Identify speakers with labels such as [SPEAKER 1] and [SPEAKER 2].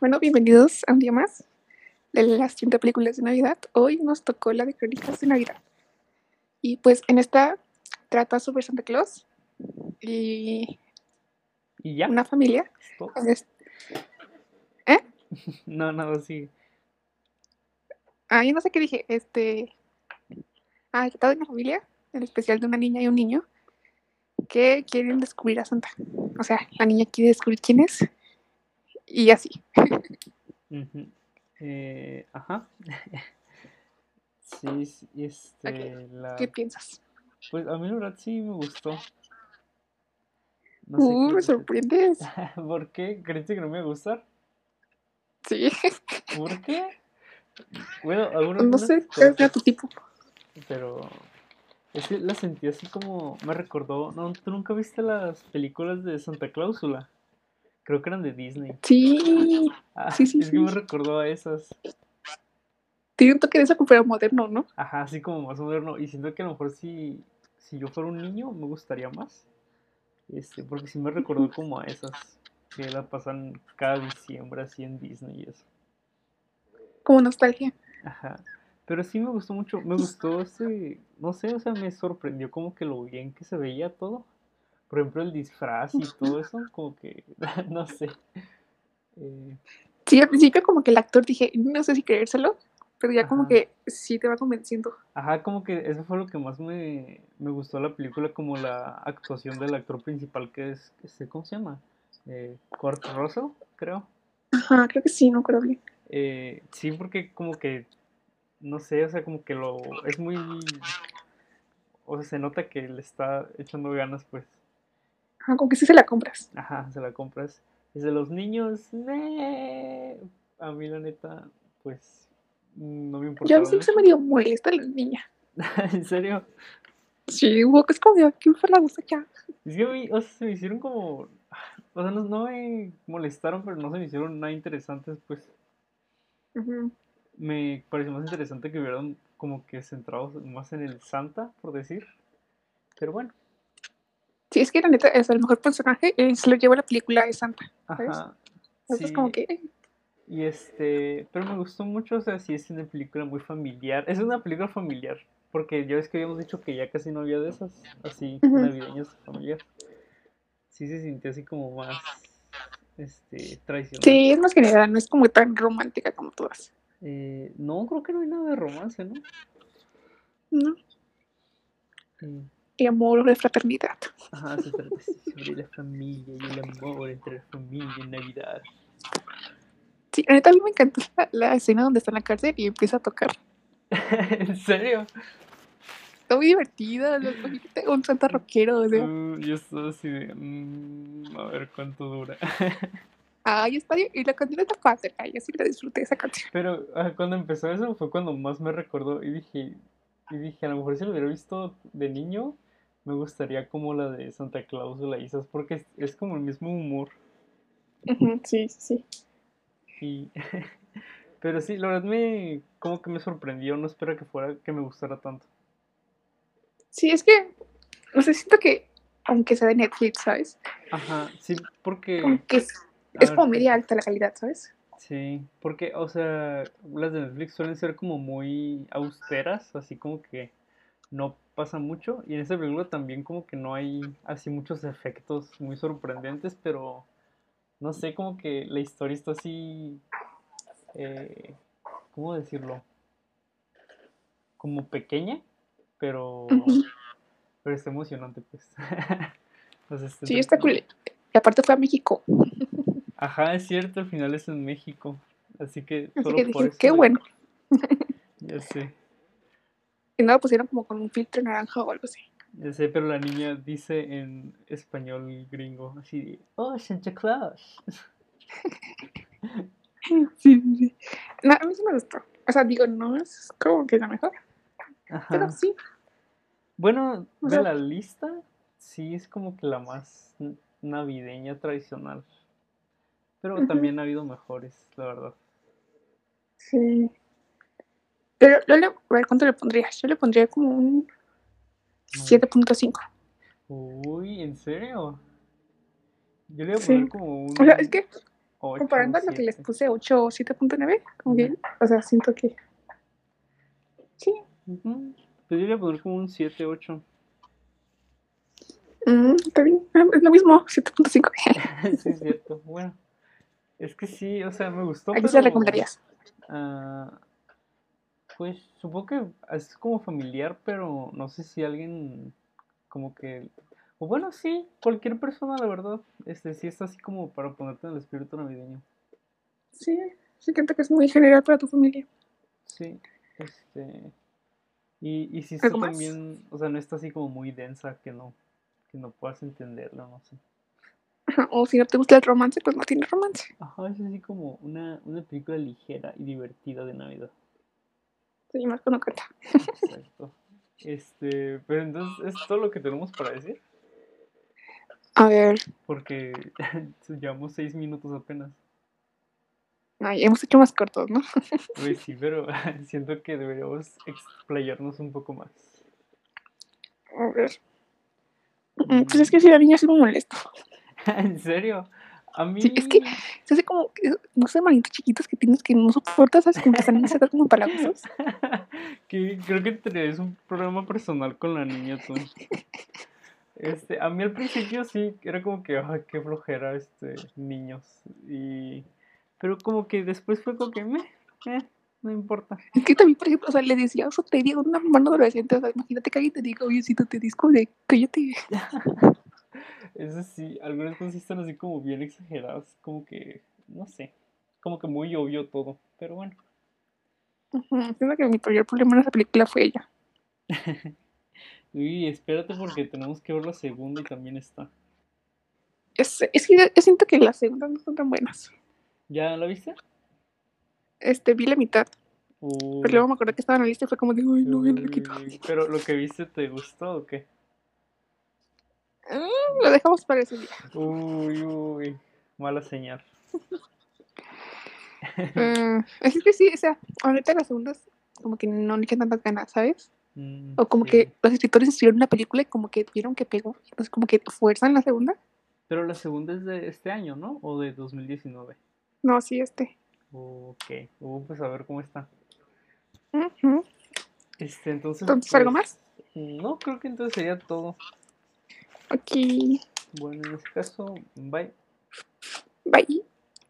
[SPEAKER 1] Bueno, bienvenidos a un día más de las 30 películas de Navidad. Hoy nos tocó la de Crónicas de Navidad. Y pues en esta trata sobre Santa Claus y
[SPEAKER 2] Y ya.
[SPEAKER 1] una familia.
[SPEAKER 2] ¿Esto?
[SPEAKER 1] Es-
[SPEAKER 2] No, no, sí.
[SPEAKER 1] Ah, yo no sé qué dije. Este. Ah, tratado de una familia, en especial de una niña y un niño, que quieren descubrir a Santa. O sea, la niña quiere descubrir quién es. Y así.
[SPEAKER 2] Ujú. Eh, ajá. Sí, sí, este, la-
[SPEAKER 1] ¿Qué piensas?
[SPEAKER 2] Pues a mí la verdad sí me gustó. No
[SPEAKER 1] Uh,
[SPEAKER 2] qué
[SPEAKER 1] me
[SPEAKER 2] dices.
[SPEAKER 1] sorprendes.
[SPEAKER 2] ¿Por qué? ¿Creíste que no me iba a gustar?
[SPEAKER 1] Sí,
[SPEAKER 2] ¿Por qué? Bueno, algunas
[SPEAKER 1] no
[SPEAKER 2] unas
[SPEAKER 1] sé,
[SPEAKER 2] cosas,
[SPEAKER 1] es de tu tipo.
[SPEAKER 2] pero es que la sentí así como me recordó. No, tú nunca viste las películas de Santa Clausula. Creo que eran de Disney.
[SPEAKER 1] Sí,
[SPEAKER 2] Ah,
[SPEAKER 1] Sí, sí,
[SPEAKER 2] es que me
[SPEAKER 1] sí.
[SPEAKER 2] recordó a esas.
[SPEAKER 1] tiene un toque de eso, pero moderno, ¿no?
[SPEAKER 2] Ajá, así como más moderno. Y siento que a lo mejor si, si yo fuera un niño me gustaría más. Este, porque sí me recordó como a esas que la pasan cada diciembre así en Disney y eso.
[SPEAKER 1] Como nostalgia.
[SPEAKER 2] Ajá. Pero sí me gustó mucho, me gustó ese, no sé, o sea, me sorprendió como que lo bien que se veía todo. Por ejemplo, el disfraz y todo eso, como que, no sé. Eh,
[SPEAKER 1] Sí, al principio como que el actor dije, no sé si creérselo, pero ya como
[SPEAKER 2] Ajá.
[SPEAKER 1] que sí te va convenciendo.
[SPEAKER 2] Ajá, como que eso fue lo que más me, me gustó de la película, como la actuación del actor principal que es, este, ¿cómo se llama? Eh, Kurt Russell, creo.
[SPEAKER 1] Ajá, creo que sí, no creo bien.
[SPEAKER 2] Eh, sí, porque como que, no sé, o sea, como que lo, es muy, o sea, se nota que le está echando ganas, pues,
[SPEAKER 1] Ajá, como que sí se la compras.
[SPEAKER 2] ajá, se la compras. Desde los niños, ¡nee! a mí la neta, pues, no me
[SPEAKER 1] Yo a
[SPEAKER 2] importaba
[SPEAKER 1] mí siempre se
[SPEAKER 2] mucho.
[SPEAKER 1] me dio molesta la niña.
[SPEAKER 2] ¿En serio?
[SPEAKER 1] Sí, hubo que es como de, ¿quién fue la gusta ya?
[SPEAKER 2] Es que a mí, o sea, se me hicieron como. O sea, no, no me molestaron, pero no se me hicieron nada interesantes, pues.
[SPEAKER 1] Ujú.
[SPEAKER 2] Me pareció más interesante que hubieran como que centrados más en el Santa, por decir. Pero bueno,
[SPEAKER 1] Sí, es que la neta es el mejor personaje y se lo lleva la película de Santa. ¿Sabes?
[SPEAKER 2] ajá.
[SPEAKER 1] Entonces
[SPEAKER 2] sí,
[SPEAKER 1] como que, eh,
[SPEAKER 2] Y este. Pero me gustó mucho, o sea, sí es una película muy familiar. Es una película familiar, porque ya ves que habíamos dicho que ya casi no había de esas, así,
[SPEAKER 1] Ujú.
[SPEAKER 2] navideñas familiar. Sí se sintió así como más. Este, tradicional.
[SPEAKER 1] sí, es más general, no es como tan romántica como todas.
[SPEAKER 2] Eh, no, creo que no hay nada de romance, ¿no?
[SPEAKER 1] ¿no?
[SPEAKER 2] Mm.
[SPEAKER 1] Y amor de fraternidad.
[SPEAKER 2] Ajá, se trata así sobre la familia y el amor entre la familia en Navidad.
[SPEAKER 1] Sí, la neta a mí me encantó la, la escena donde está en la cárcel y empieza a tocar.
[SPEAKER 2] ¿En serio?
[SPEAKER 1] Está muy divertida, los- un santa rockero, o sea.
[SPEAKER 2] Uh, yo estoy así de. mm, a ver cuánto dura.
[SPEAKER 1] Ay, está bien. Y la canción está padre. Ay, yo sí la disfruté esa canción.
[SPEAKER 2] Pero ah, cuando empezó eso fue cuando más me recordó y dije, y dije, a lo mejor si lo hubiera visto de niño, me gustaría como la de Santa Claus o la Isas, porque es, es como el mismo humor.
[SPEAKER 1] Sí, sí.
[SPEAKER 2] Y... Pero sí, la verdad me como que me sorprendió, no espera que fuera que me gustara tanto.
[SPEAKER 1] Sí, es que, no sé, siento que, aunque sea de Netflix, ¿sabes?
[SPEAKER 2] Ajá, sí, Ah, porque
[SPEAKER 1] Como que es,
[SPEAKER 2] a
[SPEAKER 1] es
[SPEAKER 2] ver,
[SPEAKER 1] como media alta la calidad, ¿sabes?
[SPEAKER 2] sí, porque o sea, las de Netflix suelen ser como muy austeras, así como que no pasa mucho y en esta película también como que no hay así muchos efectos muy sorprendentes, pero no sé, como que la historia está así eh, ¿cómo decirlo? Como pequeña, pero
[SPEAKER 1] Ujú.
[SPEAKER 2] pero está emocionante, pues. O sea, está
[SPEAKER 1] Sí, está cool.
[SPEAKER 2] entretenido.
[SPEAKER 1] Y aparte fue a México.
[SPEAKER 2] Ajá, es cierto, al final es en México. Así que
[SPEAKER 1] Así
[SPEAKER 2] solo
[SPEAKER 1] que
[SPEAKER 2] por
[SPEAKER 1] dije,
[SPEAKER 2] eso.
[SPEAKER 1] qué
[SPEAKER 2] le-
[SPEAKER 1] bueno.
[SPEAKER 2] Ya sé,
[SPEAKER 1] Y no la pusieron como con un filtro naranja o algo así.
[SPEAKER 2] ya sé, pero la niña dice en español gringo, así de, oh, Santa Claus.
[SPEAKER 1] Sí, sí, sí. No, a mí sí me gustó. O sea, digo, no es como que la mejor, pero
[SPEAKER 2] Ajá.
[SPEAKER 1] sí.
[SPEAKER 2] Bueno,
[SPEAKER 1] O
[SPEAKER 2] de
[SPEAKER 1] sea-
[SPEAKER 2] la lista, sí es como que la más n- navideña tradicional. Pero
[SPEAKER 1] Ujú.
[SPEAKER 2] también ha habido mejores, la verdad.
[SPEAKER 1] Sí. Pero yo le, a ver, ¿cuánto le pondría? Yo le pondría como un 7.5.
[SPEAKER 2] Uy, ¿en serio? Yo le voy a
[SPEAKER 1] Sí.
[SPEAKER 2] poner como un
[SPEAKER 1] O sea, es que
[SPEAKER 2] ocho,
[SPEAKER 1] Comparando a lo que les
[SPEAKER 2] siete.
[SPEAKER 1] puse 8 o 7.9, como que,
[SPEAKER 2] Ujú.
[SPEAKER 1] o sea, siento que. Sí.
[SPEAKER 2] Ujú. Pues yo le voy a poner como un 7, 8.
[SPEAKER 1] Mm, está bien. Ah, Es lo mismo, 7.5.
[SPEAKER 2] sí, es cierto. Bueno, es que sí, o sea, me gustó.
[SPEAKER 1] Aquí se
[SPEAKER 2] pero-
[SPEAKER 1] la recomendarías.
[SPEAKER 2] Ah, pues supongo que es como familiar, pero no sé si alguien como que... O bueno, sí, cualquier persona, la verdad, este sí está así como para ponerte en el espíritu navideño.
[SPEAKER 1] Sí, sí, siento que es muy general para tu familia.
[SPEAKER 2] Sí, este... Y, y sí está
[SPEAKER 1] ¿Algo más?
[SPEAKER 2] también, o sea, no está así como muy densa que no, que no puedas entenderla, no sé.
[SPEAKER 1] Ajá, O si no te gusta el romance, pues no tiene romance.
[SPEAKER 2] Ajá, es así como una, una película ligera y divertida de Navidad.
[SPEAKER 1] Sí, más cuando canta.
[SPEAKER 2] Exacto. Este, pero entonces es todo lo que tenemos para decir.
[SPEAKER 1] A ver,
[SPEAKER 2] Porque llevamos seis minutos apenas.
[SPEAKER 1] ay, hemos hecho más cortos, ¿no?
[SPEAKER 2] Güey, sí, pero siento que deberíamos explayarnos un poco más.
[SPEAKER 1] A ver. Mm, Pues es que si la niña sí me molesta.
[SPEAKER 2] ¿En serio? A mí...
[SPEAKER 1] Sí, es que- Se hace como, eh, no sé, manitos chiquitos que tienes que no soportas, ¿sabes? Como que están a como palabras.
[SPEAKER 2] que creo que tenés un programa personal con la niña tú. Este, a mí al principio sí, era como que, ay, qué flojera, este, niños. Y... Pero como que después fue como que, me, no importa.
[SPEAKER 1] Es que también, por ejemplo, o sea, le decía eso te digo una mano adolescente, o sea, imagínate que alguien te diga, oye, si tú te disco de cállate.
[SPEAKER 2] Eso sí, algunas cosas sí están así como bien exageradas, como que, no sé, como que muy obvio todo, pero bueno.
[SPEAKER 1] Ujú, Siento que mi mayor problema en esa película fue ella.
[SPEAKER 2] Y espérate porque tenemos que ver la segunda y también está.
[SPEAKER 1] Es, es que yo, yo siento que las segundas no son tan buenas.
[SPEAKER 2] ¿Ya la viste?
[SPEAKER 1] Este, vi la mitad,
[SPEAKER 2] Uy,
[SPEAKER 1] pero luego me acordé que estaba en la lista y fue como de, ay, no, ya no lo quito.
[SPEAKER 2] uy, Pero lo que viste, ¿te gustó o qué?
[SPEAKER 1] Ah, Lo dejamos para ese día.
[SPEAKER 2] Uy, uy, mala señal.
[SPEAKER 1] Ah, es que sí, o sea, ahorita las segundas como que no le echan tantas ganas, ¿sabes?
[SPEAKER 2] Mm,
[SPEAKER 1] O como
[SPEAKER 2] sí.
[SPEAKER 1] que los escritores escribieron una película y como que vieron que pegó. Entonces como que fuerzan la segunda.
[SPEAKER 2] Pero la segunda es de este año, ¿no? O de 2019.
[SPEAKER 1] No, sí, este.
[SPEAKER 2] Ok, uh, pues a ver cómo está.
[SPEAKER 1] Ujú.
[SPEAKER 2] Este, entonces...
[SPEAKER 1] Entonces, ¿algo
[SPEAKER 2] pues, No, creo que entonces sería todo.
[SPEAKER 1] Ok.
[SPEAKER 2] Bueno, en este caso, bye.
[SPEAKER 1] Bye.